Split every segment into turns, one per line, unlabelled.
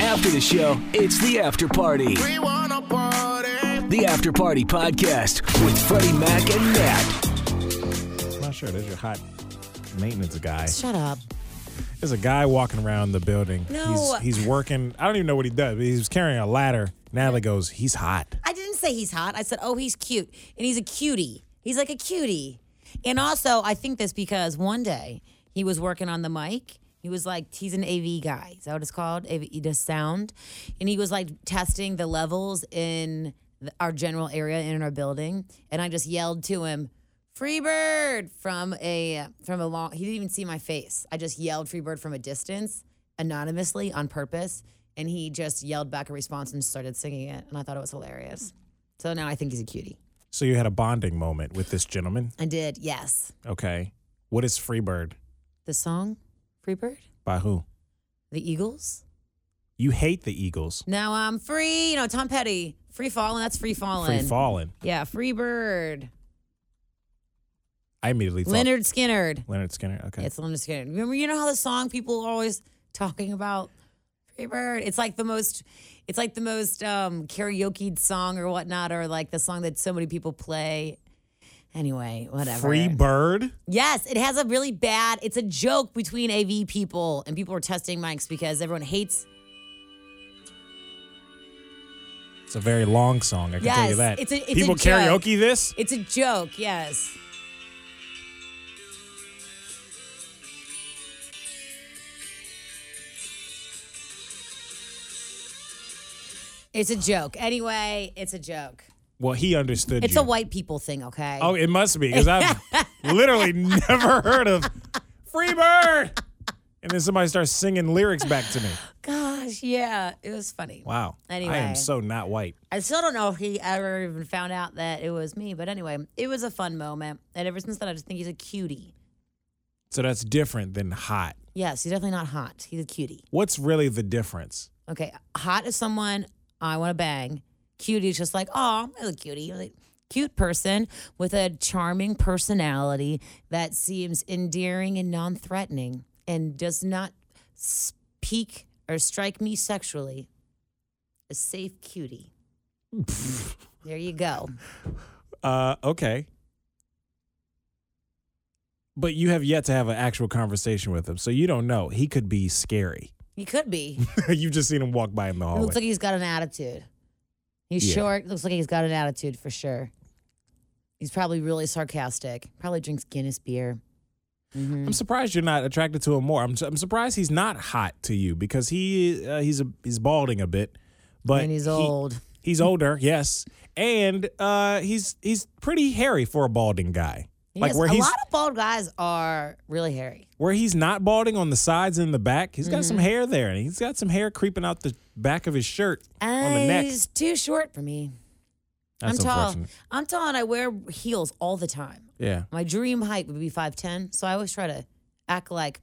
After the show, it's the after party.
We wanna party.
The After Party Podcast with Freddie Mac and Matt.
I'm not sure. There's your hot maintenance guy.
Shut up.
There's a guy walking around the building.
No.
He's, he's working. I don't even know what he does, but he was carrying a ladder. Natalie goes, he's hot.
I didn't say he's hot. I said, oh, he's cute. And he's a cutie. He's like a cutie. And also, I think this because one day he was working on the mic. He was like, he's an AV guy. Is that what it's called? AV, he does sound. And he was like testing the levels in the, our general area in our building. And I just yelled to him, Free bird from a from a long he didn't even see my face. I just yelled free bird from a distance anonymously on purpose and he just yelled back a response and started singing it and I thought it was hilarious. So now I think he's a cutie.
So you had a bonding moment with this gentleman.
I did. Yes.
Okay. What is Freebird?
The song Free Bird?
By who?
The Eagles?
You hate the Eagles.
Now I'm free, you know, Tom Petty. Free falling, that's free falling.
Free Fallen.
Yeah, free bird.
I immediately thought
Leonard Skinnerd.
Leonard Skinner. Okay.
It's Leonard Skinner. Remember, you know how the song people are always talking about Free Bird? It's like the most, it's like the most um, karaoke song or whatnot, or like the song that so many people play. Anyway, whatever.
Free Bird.
Yes, it has a really bad, it's a joke between AV people, and people are testing mics because everyone hates.
It's a very long song. I can tell you
Yes,
that.
it's a- it's a
People
joke.
karaoke this.
It's a joke, yes. It's a joke. Anyway, it's a joke.
Well, he understood.
It's
you.
a white people thing, okay?
Oh, it must be because I've literally never heard of Free Bird. And then somebody starts singing lyrics back to me.
Gosh, yeah. It was funny.
Wow. I
Anyway.
am so not white.
I still don't know if he ever even found out that it was me, but anyway, it was a fun moment. And ever since then, I just think he's a cutie.
So that's different than hot.
Yes, he's definitely not hot. He's a cutie.
What's really the difference?
Okay, hot is someone I want to bang. Cutie is just like, oh, I look cutie. Like, cute person with a charming personality that seems endearing and non threatening and does not speak or strike me sexually. A safe cutie. there you go.
Uh, okay. But you have yet to have an actual conversation with him, so you don't know. He could be scary.
He could be.
You've just seen him walk by in the
It
hallway.
looks like he's got an attitude. He's
Yeah.
short. Looks like he's got an attitude for sure. He's probably really sarcastic. Probably drinks Guinness beer.
I'm surprised you're not attracted to him more. I'm, I'm surprised he's not hot to you because he uh, he's a, he's balding a bit, but
And he's
he-
old.
He's older, yes, and uh, he's he's pretty hairy for a balding guy.
Yes,
where
a
he's
lot of bald guys are really hairy.
where he's not balding on the sides and the back, he's got some
Mm-hmm.
hair there, and he's got some hair creeping out the back of his shirt on the neck.
He's too short for me.
That's
I'm tall.
unfortunate.
I'm tall and I wear heels all the time.
Yeah,
My dream height would be 5'10, so I always try to act like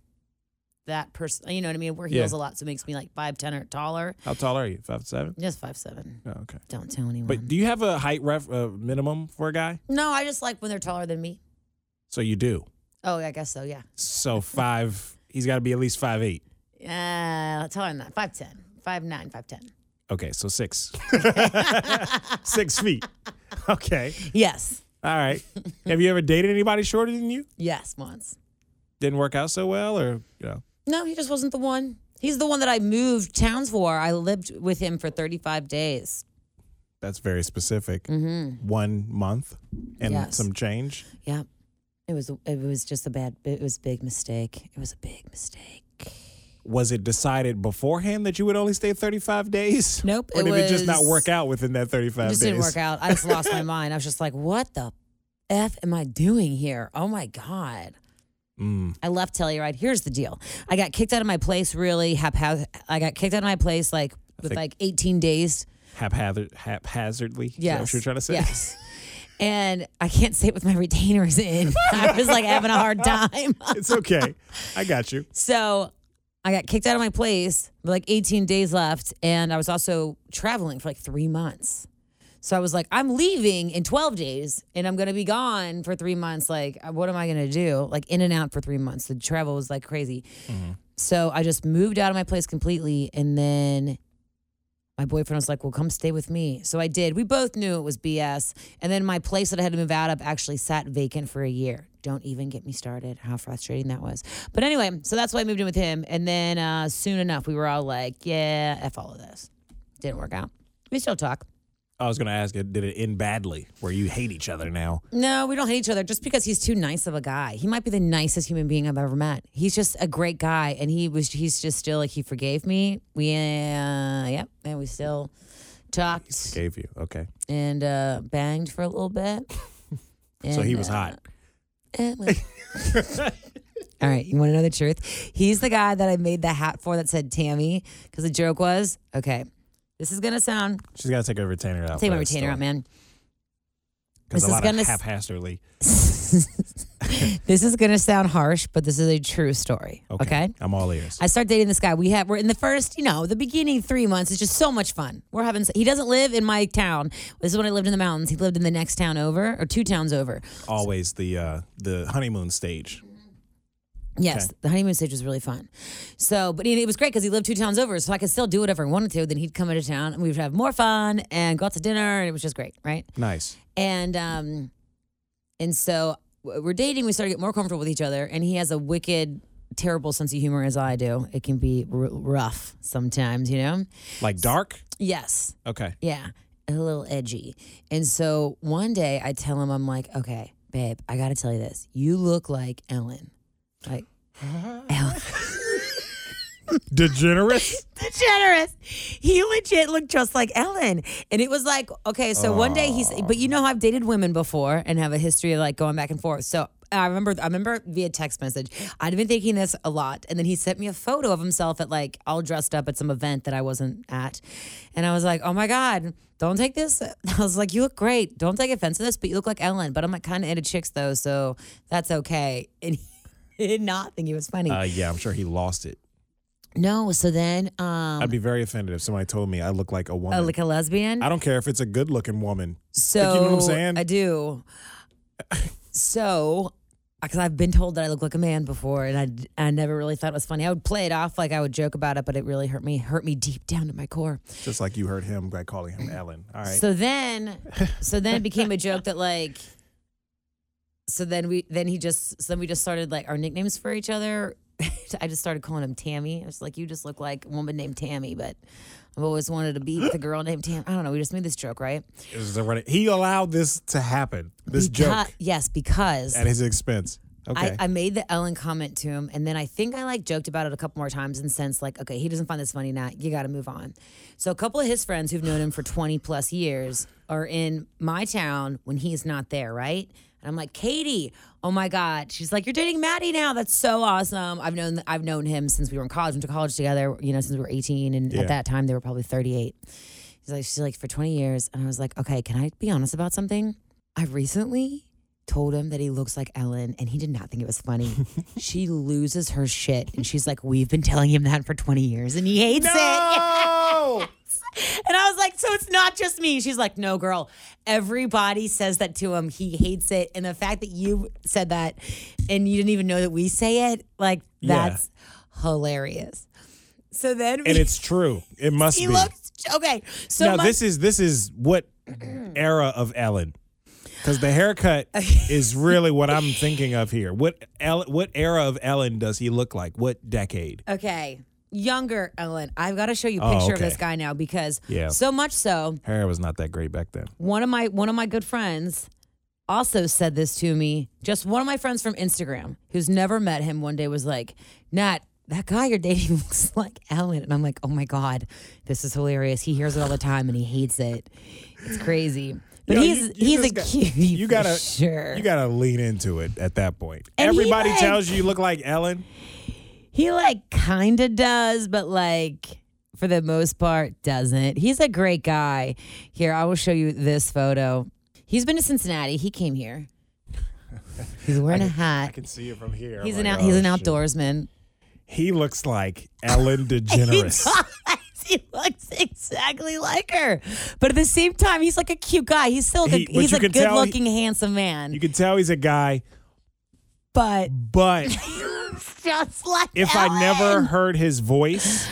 that person. You know what I mean? I wear heels
Yeah.
a lot, so it makes me like 5'10 or taller.
how tall are you? Five seven.
Just 5'7.
Oh, okay.
Don't tell anyone.
But do you have a height ref uh, minimum for a guy?
no, I just like when they're taller than me.
So you do.
Oh, I guess so, yeah.
So five. he's got to be at least five eight.
Uh, taller than that. 5'10, 5'9, 5'10.
Okay, so six. six feet. Okay.
Yes.
All right. Have you ever dated anybody shorter than you?
Yes, once.
Didn't work out so well, or you know?
No, he just wasn't the one. He's the one that I moved towns for. I lived with him for 35 days.
That's very specific. One month and
Mm-hmm. Yes.
some change.
Yeah. It was it was just a bad it was a big mistake. It was a big mistake.
Was it decided beforehand that you would only stay 35 days?
Nope,
Or
it
did it just not
was-
work out within that 35
It just
days?
didn't work out. I just lost my mind. I was just like, "What the f am I doing here? Oh my god." I left Telluride. Here's the deal. I got kicked out of my place really haphaz- I got kicked out of my place like with
think-
like 18 days.
Haphazard, haphazardly. Is that
Yes.
what you're trying to say?
Yes. And I can't say it with my retainers in. I was like having a hard time.
it's okay. I got you.
So I got kicked out of my place with like 18 days left. And I was also traveling for like three months. So I was like, I'm leaving in 12 days and I'm going to be gone for three months. Like, uh, what am I going to do? Like, in and out for three months.
Mm-hmm.
The travel was like crazy. So I just moved out of my place completely. And then my boyfriend was like, "Well, come stay with me." So I did. We both knew it was BS. And then my place that I had to move out of actually sat vacant for a year. Don't even get me started. How frustrating that was. But anyway, so that's why I moved in with him. And then uh, soon enough, we were all like, "Yeah, f all of this." Didn't work out. We still talk.
I was going to ask, did it end badly where you hate each other now?
No, we don't hate each other just because he's too nice of a guy. He might be the nicest human being I've ever met. He's just a great guy, and he was. He's just still like he forgave me. We, uh, yep, and we still talked
Gave you. Okay.
and uh, banged for a little bit.
So he
And,
was
uh,
hot.
eh, well. All right, you want to know the truth? He's the guy that I made the hat for that said Tammy because the joke was okay. This is gonna sound
She's got to take her retainer out.
take my retainer out, man.
Because
This
a
is
lot
gonna
of
s-
haphazardly.
This is gonna sound harsh, but this is a true story. okay?
I'm all ears.
I start dating this guy. We have we're in the first, you know, the beginning three months. It's just so much fun. We're having. He doesn't live in my town. This is when I lived in the mountains. He lived in the next town over or two towns over.
Always the uh, the honeymoon stage.
Yes, the honeymoon stage was really fun. So, but it, it was great because he lived two towns over, so I could still do whatever I wanted to. Then he'd come into town and we'd have more fun and go out to dinner, and it was just great, right?
Nice.
and um and so w- we're dating we start to get more comfortable with each other and he has a wicked terrible sense of humor as i do it can be r- rough sometimes you know
Like dark?
yes
Okay.
yeah a little edgy and so one day i tell him i'm like okay babe i gotta tell you this you look like ellen like ellen
Degenerous?
generous. He legit looked just like Ellen. And it was like, okay, so one day he's, but you know, I've dated women before and have a history of like going back and forth. So I remember, I remember via text message, I'd been thinking this a lot. And then he sent me a photo of himself at like all dressed up at some event that I wasn't at. And I was like, oh my God, don't take this. I was like, you look great. Don't take offense to this, but you look like Ellen. But I'm like kind of into chicks though, so that's okay. And he did not think he was funny.
Uh, yeah, I'm sure he lost it.
no, so then, um,
I'd be very offended if somebody told me I look like a woman.
uh, like a lesbian.
I don't care if it's a good looking woman.
So
Like, you know what I'm saying?
I do. so, because I've been told that I look like a man before, and I I never really thought it was funny. I would play it off like I would joke about it, but it really hurt me hurt me deep down to my core.
Just like you heard him by calling him Ellen. All right.
So then, so then it became a joke that like. So then we then he just so then we just started like our nicknames for each other. I just started calling him Tammy. I was like, you just look like a woman named Tammy, but I've always wanted to be with a girl named Tammy. I don't know. We just made this joke, right?
It was a running- he allowed this to happen, this
Beca-
joke,
Yes, because
at his expense. Okay.
I, I made the Ellen comment to him, and then I think I like joked about it a couple more times and since like, okay, he doesn't find this funny now. You got to move on. So a couple of his friends who've known him for 20 plus years are in my town when he's not there, right? And I'm like, Katie, oh my God. She's like, You're dating Maddie now. That's so awesome. I've known I've known him since we were in college, went to college together, you know, since we were 18. And
Yeah.
at that time they were probably 38. He's like, she's like for 20 years. And I was like, okay, can I be honest about something? I recently told him that he looks like Ellen and he did not think it was funny. she loses her shit and she's like, we've been telling him that for 20 years and he hates
no!
it. And I was like, so it's not just me. She's like, no, girl, everybody says that to him. He hates it. And the fact that you said that and you didn't even know that we say it, like,
Yeah.
that's hilarious. So then
and it's true. It must
he
be.
looks okay. So
now
my-
this is this is what era of Ellen? Because the haircut is really what I'm thinking of here. What El- what era of Ellen does he look like? What decade?
Okay. Younger Ellen. I've got to show you a
Oh,
picture of
okay.
this guy now because
Yeah.
so much so
Hair was not that great back then.
one of my one of my good friends also said this to me. Just one of my friends from Instagram who's never met him one day was like, Nat, that guy you're dating looks like Ellen. And I'm like, oh my God, this is hilarious. He hears it all the time and he hates it. It's crazy. But
Yo,
he's
you- you
he's a
just got-
cutie.
You
for
gotta
sure.
You gotta lean into it at that point.
And he,
Everybody
like-
tells you you look like Ellen.
He like kind of does, but like for the most part doesn't. He's a great guy. Here, I will show you this photo. He's been to Cincinnati. He came here. He's wearing a
I
hat.
can see it from here.
He's
I'm
an
like,
out, he's
oh,
an
shit.
outdoorsman.
He looks like Ellen DeGeneres.
he looks exactly like her, but at the same time, he's like a cute guy. He's still like
He-
a,
but
he's
you
a
can tell he-
good-looking, handsome man.
you can tell he's a guy,
but
but
he looks just like
if I
Ellen.
never heard his voice,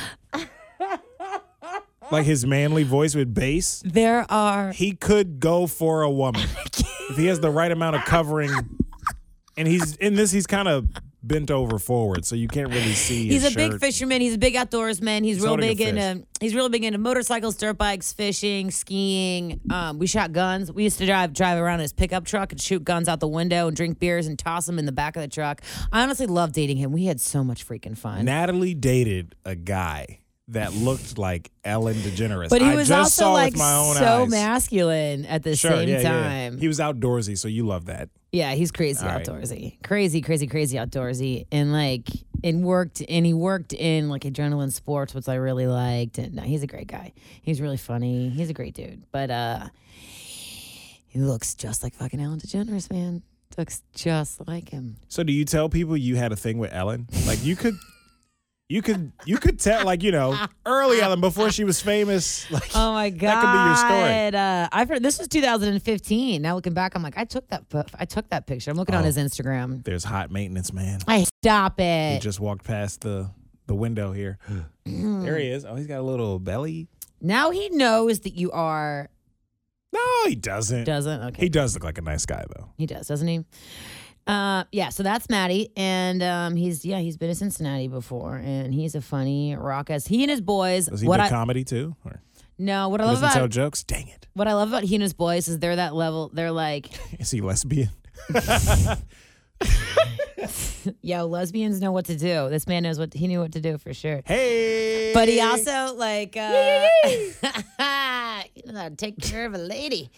like his manly voice with bass,
There are
he could go for a woman if he has the right amount of covering. And he's in this. He's kind of bent over forward, so you can't really see.
He's
his
a big
shirt.
fisherman. He's a big outdoorsman. He's, real
holding a
big into he's real big into motorcycles, dirt bikes, fishing, skiing. Um, we shot guns. We used to drive drive around in his pickup truck and shoot guns out the window and drink beers and toss them in the back of the truck. I honestly love dating him. We had so much freaking fun.
Natalie dated a guy that looked like Ellen DeGeneres.
but he
I
was
just
also
saw with
like
my own
so
eyes.
masculine at the
Sure,
same
yeah, yeah, yeah.
time.
He was outdoorsy, so you love that.
Yeah, he's crazy
right.
outdoorsy. Crazy, crazy, crazy outdoorsy. And like and worked and he worked in like adrenaline sports, which I really liked. And no, he's a great guy. He's really funny. He's a great dude. But uh he looks just like fucking Ellen DeGeneres, man. Looks just like him.
So do you tell people you had a thing with Ellen? Like you could you could you could tell like, you know, early Ellen before she was famous. Like
Oh my god!
That could be your story.
Uh, I've heard this was 2015. Now looking back, I'm like, I took that. fo- I took that picture. I'm looking
Oh.
on his Instagram.
There's hot maintenance man.
I stop
He
it.
just walked past the the window here.
Mm.
there he is. Oh, he's got a little belly.
now he knows that you are.
No, he doesn't.
Doesn't okay.
He does look like a nice guy though.
He does, doesn't he? Uh, yeah. So that's Maddie, and um, he's yeah, he's been to Cincinnati before, and he's a funny raucous. He and his boys.
Does he
what
do
I
comedy too? Or
no, what I love
doesn't tell
about
jokes? Dang it.
what I love about he and his boys is they're that level. They're like,
Is he lesbian?
yo, lesbians know what to do. This man knows what he knew what to do for sure.
Hey.
But he also like uh, you know how to take care of a lady.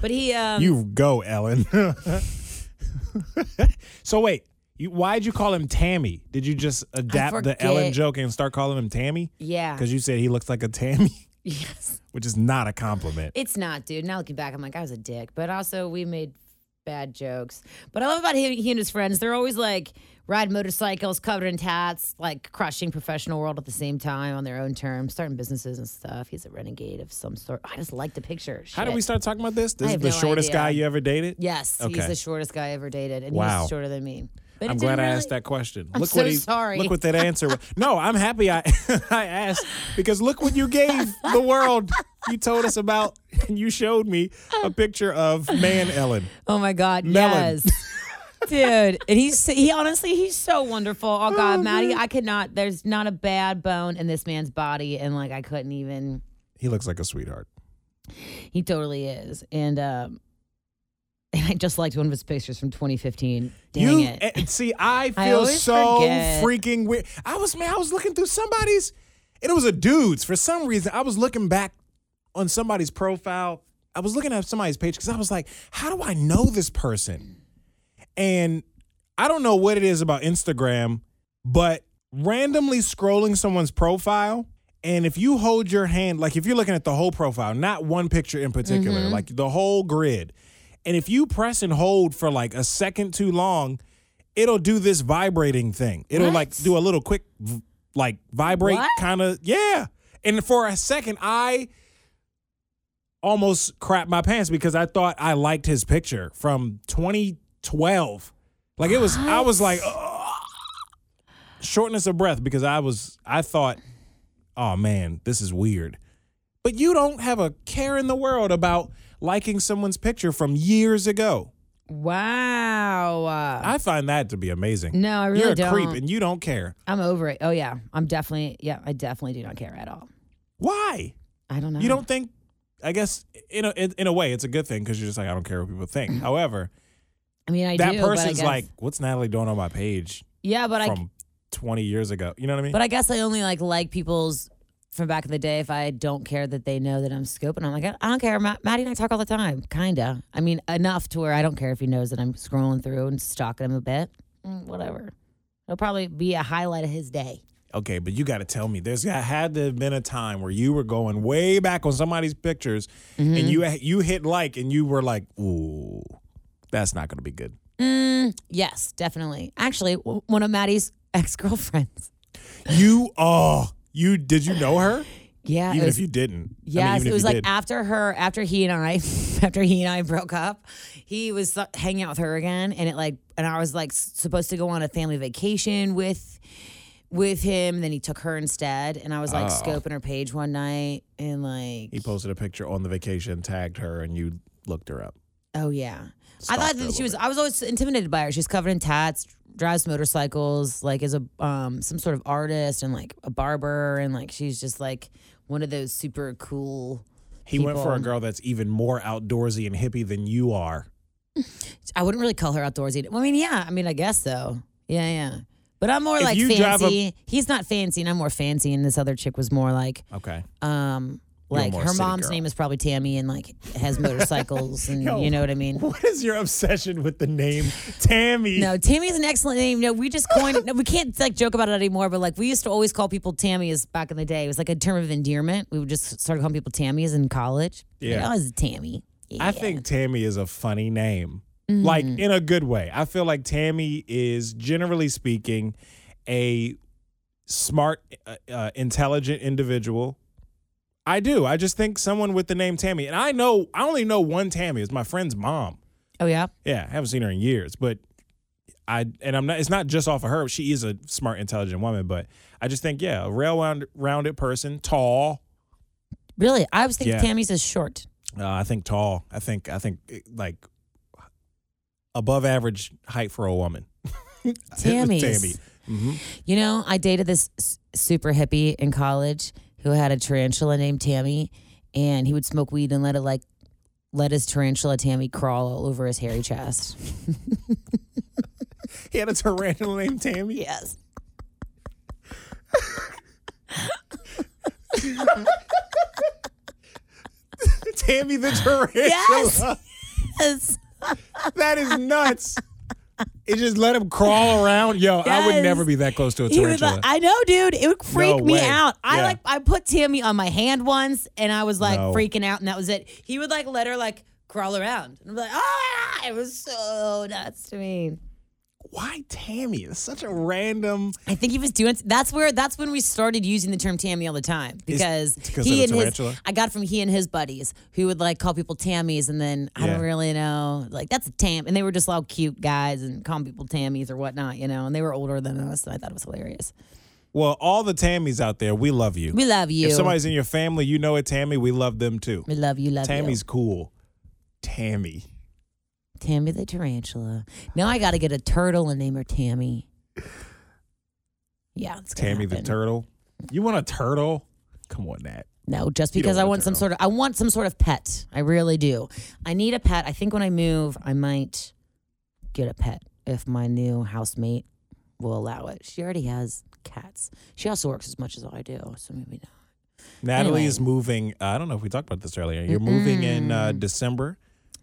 But he um
You go, Ellen. so wait, you, why'd you call him Tammy? Did you just adapt the Ellen
forget.
joke and start calling him Tammy?
yeah.
Because you said he looks like a Tammy,
Yes.
which is not a compliment.
It's not, dude. Now looking back, I'm like, I was a dick. But also, we made bad jokes. But I love about him, he and his friends. They're always like ride motorcycles, covered in tats, like crushing professional world at the same time on their own terms, starting businesses and stuff. He's a renegade of some sort. I just like the picture.
How did
Shit.
we start talking about this? This is
have
the
no
shortest
idea.
guy you ever dated.
Yes, he's
Okay.
the shortest guy I ever dated, and
Wow.
he's shorter than me. But
I'm
it
glad
didn't
I
really-
asked that question.
I'm
look
so
what he,
sorry.
Look what that answer was. No, I'm happy I I asked because look what you gave the world. You told us about and you showed me a picture of man Ellen.
Oh my God!
Melon.
Yes. Dude, and he's he honestly he's so wonderful. Oh God, Maddie, I could not. There's not a bad bone in this man's body, and like I couldn't even.
He looks like a sweetheart.
He totally is. And um and I just liked one of his pictures from 2015. Dang
you
it.
eh, see, I
I
feel
always
so
forget.
freaking weird. I was man, I was looking through somebody's, and it was a dude's. For some reason, I was looking back on somebody's profile. I was looking at somebody's page because I was like, how do I know this person? And I don't know what it is about Instagram, but randomly scrolling someone's profile. And if you hold your hand, like if you're looking at the whole profile, not one picture in particular, like the whole grid, and if you press and hold for like a second too long, it'll do this vibrating thing. It'll like do a little quick, v- like vibrate
What?
kind of, yeah. And for a second, I almost crap my pants because I thought I liked his picture from 2012. Like it was, I was like, "Ugh." shortness of breath because I was, I thought, oh man, this is weird. But you don't have a care in the world about liking someone's picture from years ago.
wow. Uh,
I find that to be amazing.
No, I really
You're a
don't.
creep and you don't care.
I'm over it. Oh yeah. I'm definitely yeah, I definitely do not care at all.
Why?
I don't know.
You don't think? I guess in a in, in a way, it's a good thing because you're just like I don't care what people think. However,
I mean Mm. I
that
do. but I
person's
guess-
like, "What's Natalie doing on my page
Yeah, but I
from 20 years ago?" You know what I mean?
but I guess I only like like people's from back in the day if I don't care that they know that I'm scoping. I'm like, I don't care. Ma- Maddie and I talk all the time, kinda. I mean, enough to where I don't care if he knows that I'm scrolling through and stalking him a bit. Mm, whatever. It'll probably be a highlight of his day.
okay, but you got to tell me. There's got- had to have been a time where you were going way back on somebody's pictures,
Mm-hmm.
and you you hit like, and you were like, "Ooh, that's not going to be good."
Yes, definitely. Actually, w- one of Maddie's ex girlfriends.
You oh, you did you know her?
Yeah,
Even
it was,
if you didn't, I mean,
yes,
even
it
if
was
you
like
did.
after her, after he and I, after he and I broke up, he was uh, hanging out with her again, and it like, and I was like s- supposed to go on a family vacation with with him. Then he took her instead, and I was like scoping her page one night, and like,
Oh. He posted a picture on the vacation, tagged her, and you looked her up.
oh yeah, I
Stalked her
thought
a
that she
little
was. I was always intimidated by her. She's covered in tats, drives motorcycles, like is a um some sort of artist and like a barber, and like she's just like one of those super cool.
He went for a
people.
girl that's even more outdoorsy and hippie than you are.
I wouldn't really call her outdoorsy. I mean, yeah. I mean, I guess so. Yeah, yeah. But I'm more like
you drive a-
fancy. He's not fancy, and I'm more fancy. And this other chick was more like,
Okay.
um,
You're
like
more
her
city
mom's
girl.
name is probably Tammy, and like has motorcycles, and
Yo.
you know what I mean.
What is your obsession with the name Tammy?
No, Tammy's an excellent name. No, we just coined. no, we can't like joke about it anymore. But like we used to always call people Tammy's back in the day. It was like a term of endearment. We would just start calling people Tammy's in college. Like,
Yeah.
oh, it's Tammy.
I think Tammy is a funny name, like in a good way. I feel like Tammy is, generally speaking, a smart, uh, uh, intelligent individual. I do. I just think someone with the name Tammy, and I know, I only know one Tammy. It's my friend's mom.
Oh yeah.
Yeah, I haven't seen her in years, but I and I'm not. It's not just off of her. She is a smart, intelligent woman, but I just think, yeah, a well rounded person, tall.
Really, I was thinking
Yeah.
Tammy's is short.
Uh, I think tall. I think I think eh, like above average height for a woman.
Tammy's.
Tammy.
You know, I dated this s- super hippie in college who had a tarantula named Tammy, and he would smoke weed and let it like let his tarantula Tammy crawl all over his hairy chest.
He had a tarantula named Tammy.
Yes.
Tammy the tarantula.
Yes. yes.
That is nuts. It just let him crawl around. Yo, I would
Yes.
never be that close to a
He was
tarantula.
like, I know, dude. It would freak
No
me
way.
out. I
Yeah.
like I put Tammy on my hand once, and I was like
No.
freaking out, and that was it. He would like let her like crawl around, and I'm like, ah, it was so nuts to me.
Why Tammy? It's such a random.
I think he was doing. That's where. That's when we started using the term Tammy all the time because
it's 'cause
he
of
and
the
his.
tarantula?
I got from he and his buddies who would like call people Tammys, and then I don't
Yeah.
really know. Like that's a Tam, and they were just all cute guys and calling people Tammys or whatnot, you know. And they were older than us, and I thought it was hilarious.
Well, all the Tammys out there, we love you.
We love you.
If somebody's in your family, you know a Tammy. We love them too.
we love you. Love
Tammy's cool. Tammy.
you. Tammy the tarantula. Now I got to get a turtle and name her Tammy. Yeah, it's gonna
Tammy the
happen.
turtle. You want a turtle? Come on, Nat.
No, just
You don't
because I
want a
want some
turtle.
sort of I want some sort of pet. I really do. I need a pet. I think when I move, I might get a pet if my new housemate will allow it. She already has cats. She also works as much as I do, so maybe not.
Natalie
Anyway.
is moving. uh, I don't know if we talked about this earlier. You're moving in uh, December.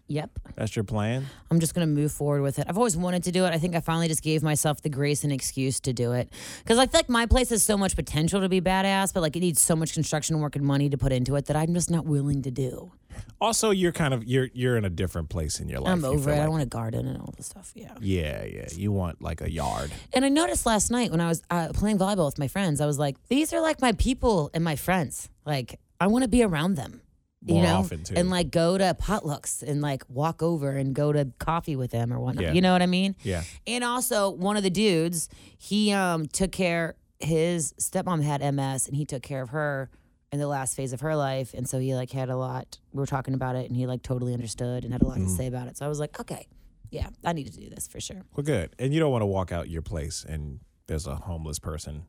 Yep.
That's your plan.
I'm just going to move forward with it. I've always wanted to do it. I think I finally just gave myself the grace and excuse to do it. Because I feel like my place has so much potential to be badass, but like it needs so much construction work and money to put into it that I'm just not willing to do.
Also, you're kind of you're you're in a different place in your life.
I'm
you
over
feel
it. I
like.
want a garden and all this stuff. Yeah.
yeah, yeah. You want like a yard.
And I noticed last night when I was uh, playing volleyball with my friends, I was like, these are like my people and my friends. Like, I want to be around them. you
More
know,
often, too.
and like go to potlucks and like walk over and go to coffee with them or whatnot.
Yeah.
You know what I mean?
Yeah.
And also, one of the dudes, he um took care. His stepmom had MS, and he took care of her in the last phase of her life, and so he like had a lot. We were talking about it, and he like totally understood and had a lot
Mm.
to say about it. So I was like, okay, yeah, I need to do this for sure.
Well, good. And you don't want to walk out your place and there's a homeless person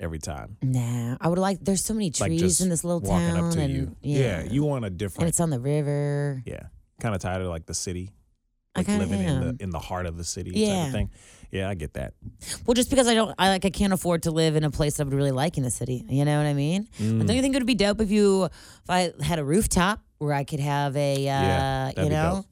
every time.
Nah, I would like. There's so many
Like
trees
just
in this little
walking
town,
up to
and
you.
yeah,
you want a
and
different.
it's on the river.
yeah, kind of tired of like the city.
I
Like
kinda
living in
am.
the in the heart of the city type
Yeah.
of thing. Yeah, I get that.
Well, just because I don't, I like, I can't afford to live in a place that I would really like in the city. You know what I mean?
Hmm.
But
Mm.
don't you think it would be dope if you, if I had a rooftop where I could have a, uh,
Yeah, that'd
you
be
know,
dope.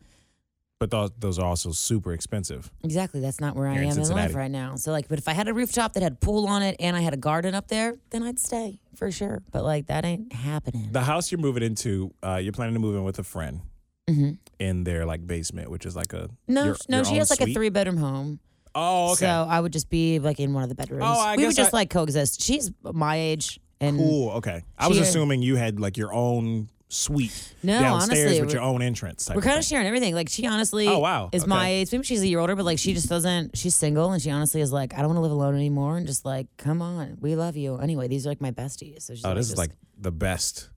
But those those are also super expensive.
exactly. That's not where I
Here in
am in
Cincinnati.
life right now. So like, but if I had a rooftop that had a pool on it and I had a garden up there, then I'd stay for sure. But like, that ain't happening.
The house you're moving into, uh, you're planning to move in with a friend
Mhm.
in their like basement, which is like a
no,
your-
no,
your
she
own
has like a
suite?
three bedroom home.
Oh, okay.
So I would just be like in one of the bedrooms.
Oh, I
we would
guess
just
I-
like coexist. She's my age and
cool. Okay. I
She
was
is-
assuming you had like your own suite
No,
downstairs
honestly,
with
we're-
your own entrance. Type
We're
of
kind
thing.
of sharing everything. Like she honestly,
Oh, wow.
is
Okay.
my age. Maybe she's a year older, but like she just doesn't. She's single, and she honestly is like, I don't want to live alone anymore, and just like, come on, we love you anyway. These are like my besties. So she's
Oh, this
just-
is like the best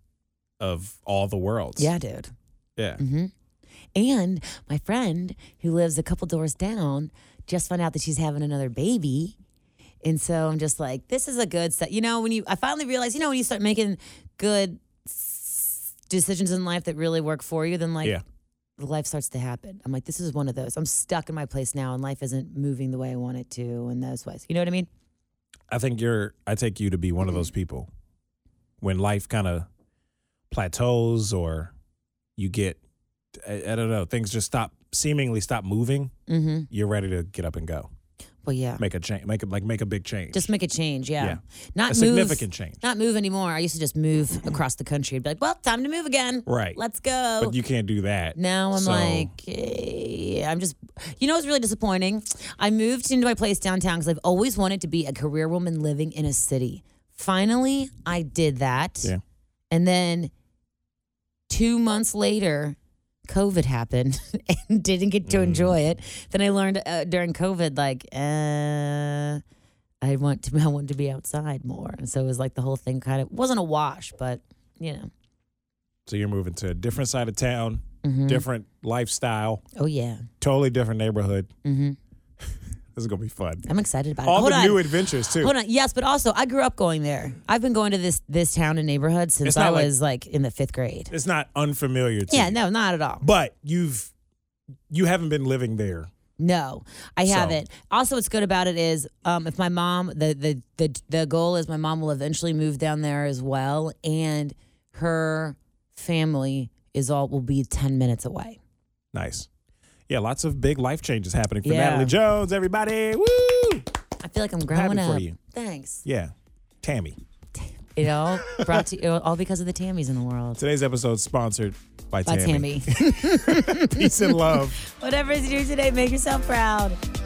of all the worlds.
yeah, Mm-hmm. dude.
Yeah.
And my friend who lives a couple doors down just found out that she's having another baby. And so I'm just like, this is a good set. You know, when you, I finally realized, you know, when you start making good s- decisions in life that really work for you, then like
Yeah.
life starts to happen. I'm like, this is one of those. I'm stuck in my place now and life isn't moving the way I want it to and those ways. You know what I mean?
I think you're I take you to be one of
Mm-hmm.
those people when life kind of plateaus or you get I, I don't know, things just stop seemingly stop moving,
Mm-hmm.
you're ready to get up and go.
Well, yeah.
Make a change, make a, like make a big change.
Just make a change. Yeah.
Yeah.
Not
a
move-
significant change.
Not move anymore. I used to just move across the country and be like, well, time to move again.
Right.
Let's go.
But you can't do that.
Now I'm
So-
like, eh, I'm just, you know, it's really disappointing. I moved into my place downtown because I've always wanted to be a career woman living in a city. Finally, I did that.
Yeah.
And then two months later, COVID happened and didn't get to enjoy
Mm.
it. Then I learned uh, during COVID, like, uh, I want to, I want to be outside more. And so it was like the whole thing kind of wasn't a wash, but you know,
So you're moving to a different side of town,
Mm-hmm.
different lifestyle,
oh yeah.
totally different neighborhood. Mm-hmm. this is gonna be fun.
I'm excited about it.
All
Hold
the
on.
new adventures too.
Hold on. Yes, but also I grew up going there. I've been going to this this town and neighborhood since
It's
I
not like-
was like, in the fifth grade.
It's not unfamiliar to
Yeah,
you.
no, not at all.
But you've you haven't been living there.
No, I
So-
haven't. Also, what's good about it is um, if my mom, the, the the the goal is my mom will eventually move down there as well, and her family is all will be ten minutes away.
Nice. Yeah, lots of big life changes happening for
Yeah.
Natalie Jones, everybody. Woo!
I feel like I'm growing
Happy for
up.
you.
Thanks.
Yeah. Tammy.
It all brought to all because of the Tammys in the world.
Today's episode is sponsored by,
By Tammy.
Peace and love.
Whatever is you do today, make yourself proud.